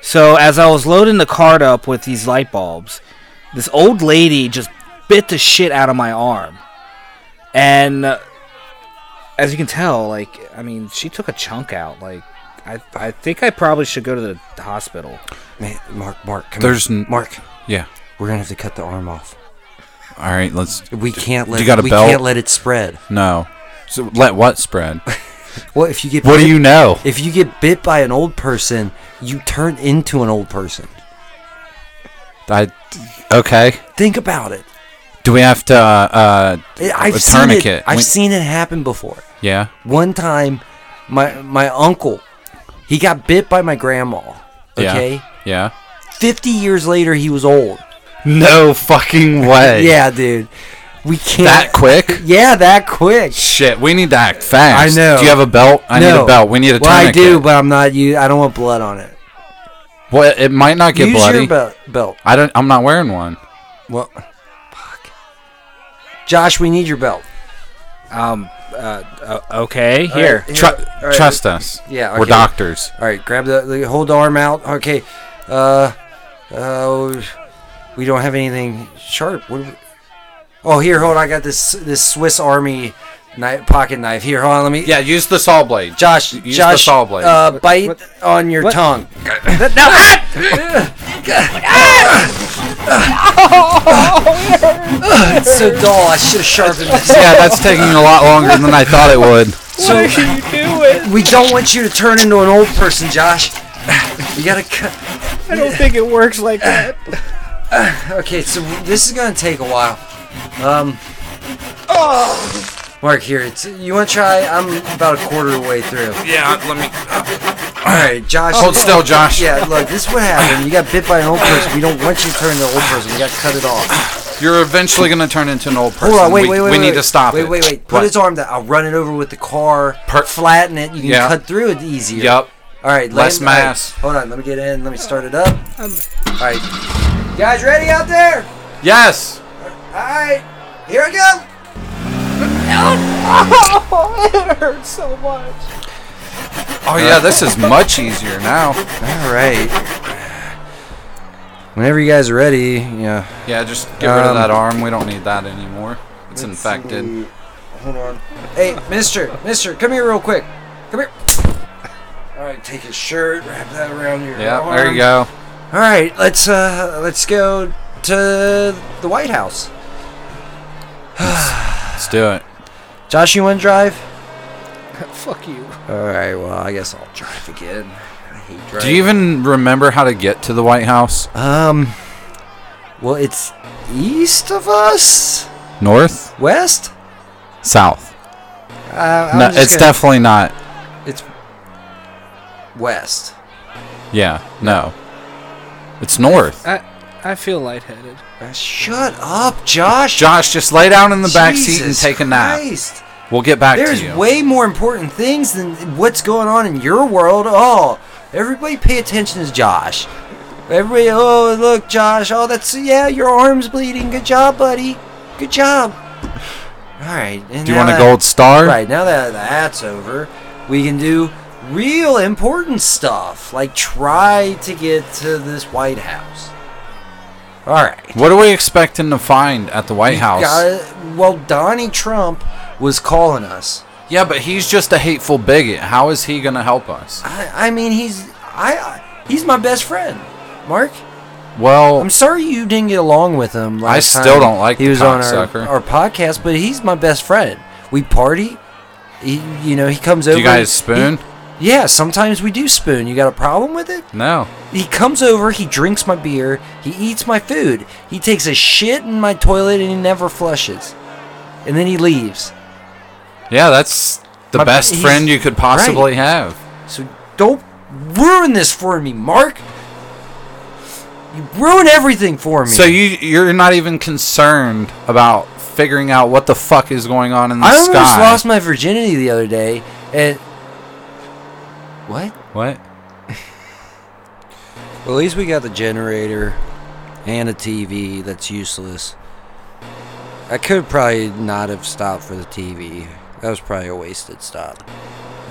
D: So as I was loading the cart up with these light bulbs, this old lady just bit the shit out of my arm. And uh, as you can tell, like, I mean, she took a chunk out. Like, I, I think I probably should go to the hospital.
A: Man, Mark, Mark, come
C: There's
A: here.
C: n-
A: Mark.
C: Yeah.
A: We're gonna have to cut the arm off.
C: All right, let's.
A: We can't let.
C: you got a
A: we
C: belt?
A: can't let it spread.
C: No. So let what spread?
A: Well, if you get
C: What do
A: bit-
C: you know?
A: If you get bit by an old person, you turn into an old person.
C: I. Okay.
A: Think about it.
C: Do we have to? uh
A: I- I've
C: A
A: seen it.
C: tourniquet.
A: I've
C: We-
A: seen it happen before.
C: Yeah.
A: One time, my my uncle, he got bit by my grandma. Okay.
C: Yeah.
A: 50 years later, he was old.
C: No fucking way.
A: Yeah, dude. We can't.
C: That quick?
A: Yeah, that quick.
C: Shit, we need to act fast.
A: I know.
C: Do you have a belt? I need
A: No.
C: a belt. We need a
A: Well, I
C: tourniquet.
A: do, but I'm not. You. I don't want blood on it.
C: Well, it might not get
A: Use
C: bloody.
A: your belt. Belt.
C: I don't. I'm not wearing one.
A: Well, fuck. Josh, we need your belt.
D: Um. Uh, uh, okay.
A: right,
D: Here.
A: here.
C: Tru-
A: all right.
C: Trust us.
A: Yeah,
C: We're
A: okay.
C: doctors.
A: All right, grab the, the hold the arm out. Okay, uh, uh, we don't have anything sharp. What do we, oh, here, hold. on. I got this this Swiss Army knife, pocket knife. Here, hold on. Let me.
C: Yeah, use the saw blade.
A: Josh,
C: Use the
A: Josh,
C: saw blade.
A: Uh, bite on your
D: What?
A: tongue. It's so dull. I should have sharpened this.
C: yeah, that's taking a lot longer than I thought it would.
A: What are you doing? We don't want you to turn into an old person, Josh. You gotta cut.
D: I don't think it works like that.
A: Okay, so this is gonna take a while. Um. oh. Mark, here. It's, you want to try? I'm about a quarter of the way through.
C: Yeah, let me.
A: All right, Josh.
C: Hold
A: look-
C: still, Josh.
A: Yeah, look. This is what happened. You got bit by an old person. We don't want you to turn into an old person. We got to cut it off.
C: You're eventually gonna turn into an old person.
A: Hold on. Wait,
C: we,
A: wait, wait.
C: We
A: wait,
C: need to stop
A: Wait,
C: it.
A: wait, wait. Put
C: What?
A: his arm down. I'll run it over with the car.
C: Per-
A: flatten it. You can
C: Yeah.
A: cut through it easier.
C: Yep.
A: All right,
C: Less
A: land- all right,
C: mass.
A: hold on, let me get in. Let me start it up. All right, You guys, ready out there?
C: Yes.
A: All right, here we go.
C: Oh yeah, this is much easier now.
A: All right. Whenever you guys are ready, yeah.
C: Yeah, just get rid
A: Um,
C: of that arm. We don't need that anymore. It's infected.
A: Hey, Mister, Mister, come here real quick. Come here. right, take his shirt, wrap that around your
C: Yeah,
A: arm.
C: there you go.
A: All right, let's uh, let's go to the White House.
C: Let's do it.
A: Josh, you want to drive?
D: Fuck you.
A: All right, well, I guess I'll drive again. I hate driving.
C: Do you even remember how to get to the White House?
A: Um, well, it's east of us,
C: North?
A: west.
C: South?
A: Uh, I'm
C: No,
A: just
C: it's
A: gonna-
C: definitely not.
A: it's west.
C: Yeah, no. It's north.
D: I I feel lightheaded.
A: Uh, Shut up, Josh.
C: Josh, just lay down in the back seat and
A: Jesus
C: take a nap.
A: Christ.
C: We'll get back
A: There's
C: to you.
A: way more important things than what's going on in your world. Oh, everybody pay attention to Josh. Everybody, oh, look, Josh. Oh, that's, yeah, your arm's bleeding. Good job, buddy. Good job. All right. and
C: do you
A: now
C: want a
A: that-
C: gold star?
A: Right. Now that that's over, we can do real important stuff. Like try to get to this White House. All right.
C: What are we expecting to find at the White House?
A: Got- well, Donnie Trump was calling us.
C: Yeah, but he's just a hateful bigot. How is he gonna help us?
A: I, I mean, he's I, I he's my best friend, Mark.
C: Well,
A: I'm sorry you didn't get along with him. Last
C: still
A: time
C: don't like
A: he
C: the
A: was on our,
C: cocksucker.
A: our podcast, but he's my best friend. We party. He, you know, he comes over.
C: do you guys
A: he-
C: spoon?
A: yeah, sometimes we do spoon. You got a problem with it?
C: No.
A: He comes over. He drinks my beer. He eats my food. He takes a shit in my toilet and he never flushes. And then he leaves.
C: Yeah, that's the
A: My-
C: best
A: he's-
C: friend you could possibly have.
A: So don't ruin this for me, Mark. You ruin everything for me.
C: So you you're not even concerned about figuring out what the fuck is going on in the
A: I almost
C: sky.
A: lost my virginity the other day, and what?
C: what?
A: Well, at least we got the generator and a TV that's useless. I could probably not have stopped for the TV. That was probably a wasted stop.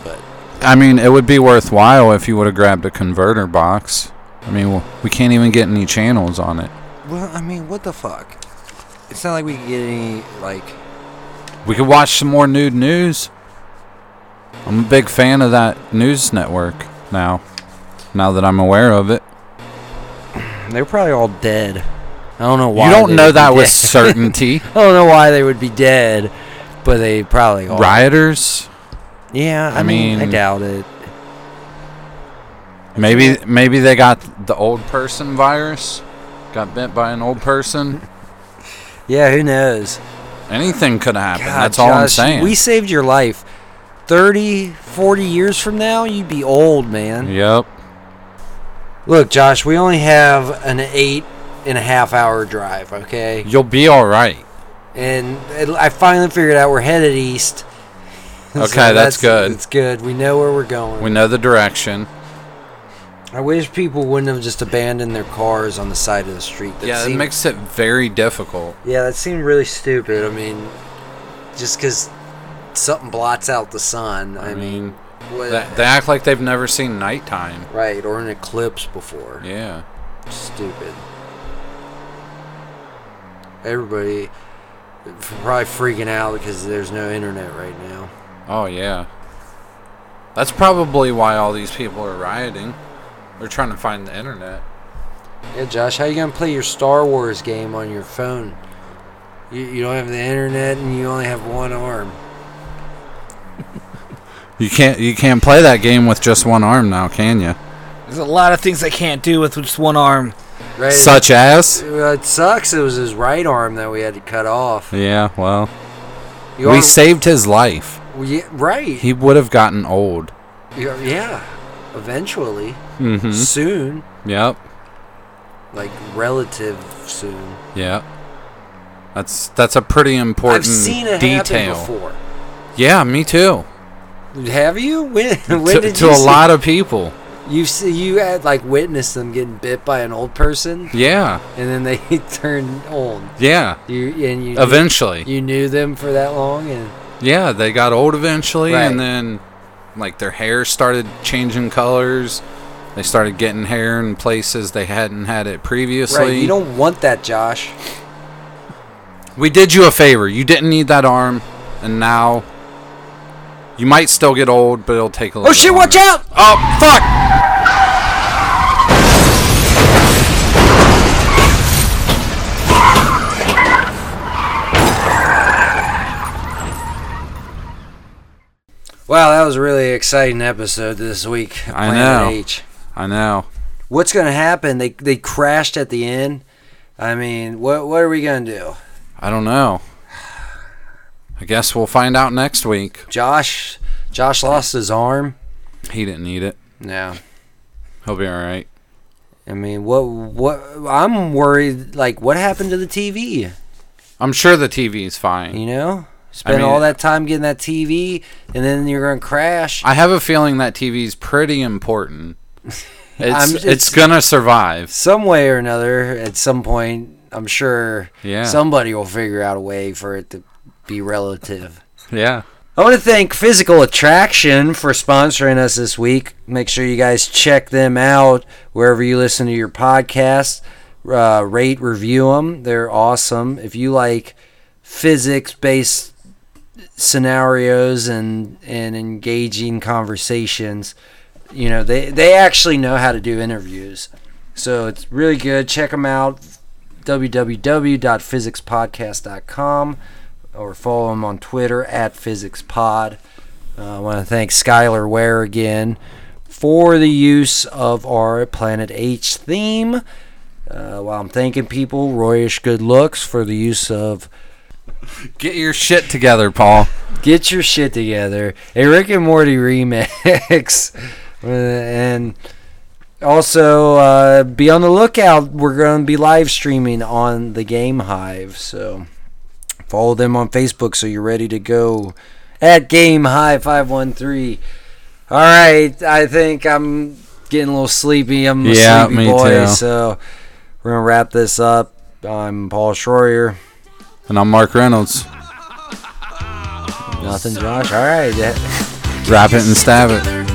A: But
C: I mean, it would be worthwhile if you would have grabbed a converter box. I mean, w- we can't even get any channels on it.
A: well, I mean, what the fuck? It's not like we could get any like.
C: We could watch some more nude news. I'm a big fan of that news network now. Now that I'm aware of it.
A: They're probably all dead. I don't know why.
C: you
A: they
C: don't know
A: would be
C: that with
A: dead.
C: certainty.
A: I don't know why they would be dead, but they probably are.
C: Rioters,
A: Yeah, I,
C: I
A: mean, I
C: mean-
A: doubt it.
C: maybe maybe they got the old person virus, got bit by an old person.
A: Yeah, who knows?
C: Anything could happen.
A: God,
C: That's all I'm
A: Josh,
C: saying.
A: We saved your life. 30, 40 years from now, you'd be old, man.
C: yep.
A: Look, Josh, we only have an eight and a half hour drive, okay?
C: You'll be all right.
A: And it- I finally figured out we're headed east. So
C: Okay, that's good.
A: It's good. We know where we're going.
C: We know the direction.
A: I wish people wouldn't have just abandoned their cars on the side of the street. That
C: yeah, it
A: seemed-
C: makes it very difficult.
A: Yeah, that seemed really stupid. I mean, just because something blots out the sun. I,
C: I
A: mean, uh,
C: mean,
A: what,
C: They, they act like they've never seen nighttime.
A: right, or an eclipse before.
C: Yeah.
A: Stupid. Everybody f- probably freaking out because there's no internet right now.
C: Oh yeah. That's probably why all these people are rioting. They're trying to find the internet.
A: Yeah, Josh, how you gonna play your Star Wars game on your phone? You, you don't have the internet and you only have one arm.
C: You can't you can't play that game with just one arm now, can you?
D: There's a lot of things I can't do with just one arm.
A: Right?
C: Such as
A: Well, it sucks. It was his right arm that we had to cut off.
C: Yeah, well,
A: You
C: we
A: are-
C: saved his life.
A: Yeah, right.
C: He would have gotten old.
A: Yeah, yeah. eventually,
C: Mhm.
A: soon,
C: Yep.
A: like relative soon.
C: Yep. That's that's a pretty important
A: I've seen it
C: detail.
A: happen before.
C: Yeah, me too.
A: Have you? When, when
C: to
A: did
C: to
A: you
C: a
A: see-
C: lot of people.
A: You see, you had like witnessed them getting bit by an old person,
C: Yeah.
A: and then they turned old.
C: Yeah.
A: You and you.
C: Eventually.
A: You knew them for that long, and
C: Yeah, they got old eventually,
A: Right.
C: and then like their hair started changing colors. They started getting hair in places they hadn't had it previously.
A: right, you don't want that, Josh.
C: we did you a favor. You didn't need that arm, and now You might still get old, but it'll take a little.
A: Oh shit! Watch
C: longer.
A: out!
C: Oh fuck!
A: Wow, that was a really exciting episode this week. of
C: I
A: Planet
C: know.
A: H.
C: I know.
A: What's gonna happen? They they crashed at the end. I mean, what what are we gonna do?
C: I don't know. I guess we'll find out next week.
A: Josh Josh lost his arm.
C: He didn't need it.
A: No.
C: He'll be all right.
A: I mean, what what I'm worried like what happened to the TV,
C: I'm sure the TV's fine.
A: you know? Spend
C: mean-
A: all that time getting that TV and then you're going to crash.
C: I have a feeling that TV's pretty important. It's
A: I'm-
C: it's,
A: it's-
C: gonna survive.
A: Some way or another at some point, I'm sure
C: Yeah.
A: somebody will figure out a way for it to be relative.
C: Yeah.
A: I want to thank Physical Attraction for sponsoring us this week. Make sure you guys check them out wherever you listen to your podcast. Uh, rate, review them. They're awesome. If you like physics based scenarios and, and engaging conversations, you know, they, they actually know how to do interviews. So it's really good. Check them out www.physicspodcast.com or follow them on Twitter at PhysicsPod. Uh, I want to thank Skylar Ware again for the use of our Planet H theme. Uh, while I'm thanking people, Royish Good Looks for the use of
C: Get your shit together, Paul.
A: Get Your Shit Together, a Rick and Morty remix. Uh, and also uh, be on the lookout. We're going to be live streaming on the Game Hive. So follow them on Facebook so you're ready to go at Game Hive 513. All right. I think I'm getting a little sleepy. I'm a
C: Yeah,
A: sleepy
C: me
A: boy.
C: too.
A: So we're going to wrap this up. I'm Paul Schroyer.
C: And I'm Mark Reynolds.
A: Nothing, Josh. All right. Yeah.
C: Wrap it and stab it.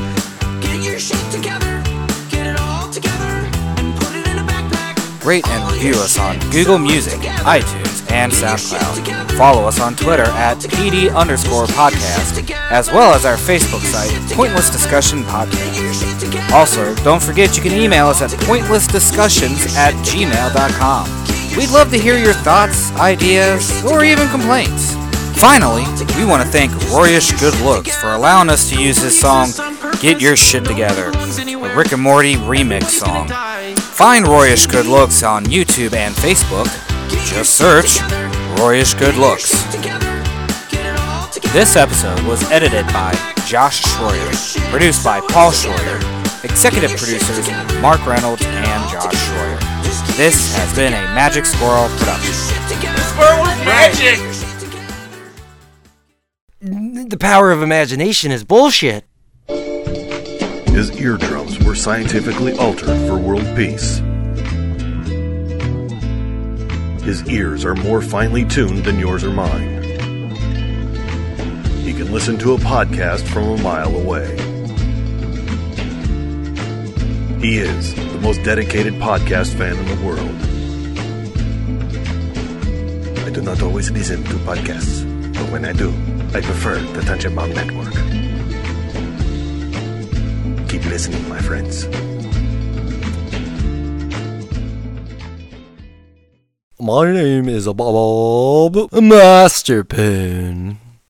B: Get your shit together. Get it all together and put it in a backpack.
D: Rate and review us on Google Music, iTunes, and SoundCloud. Follow us on Twitter at PD underscore podcast, as well as our Facebook site, Pointless Discussion Podcast. Also, don't forget you can email us at pointlessdiscussions at gmail.com. We'd love to hear your thoughts, ideas, or even complaints. Finally, we want to thank Royish Good Looks for allowing us to use his song, Get Your Shit Together, a Rick and Morty remix song. Find Royish Good Looks on YouTube and Facebook. Just search Royish Good Looks. This episode was edited by Josh Schroyer, produced by Paul Schroyer, executive producers Mark Reynolds and Josh Schroyer. This has been a Magic Squirrel production.
A: the power of imagination is bullshit.
G: His eardrums were scientifically altered for world peace. His ears are more finely tuned than yours or mine. He can listen to a podcast from a mile away. He is the most dedicated podcast fan in the world. I do not always listen to podcasts, but when I do, I prefer the Tangent Bomb Network. Keep listening, my friends.
A: My name is Bob Masterpin.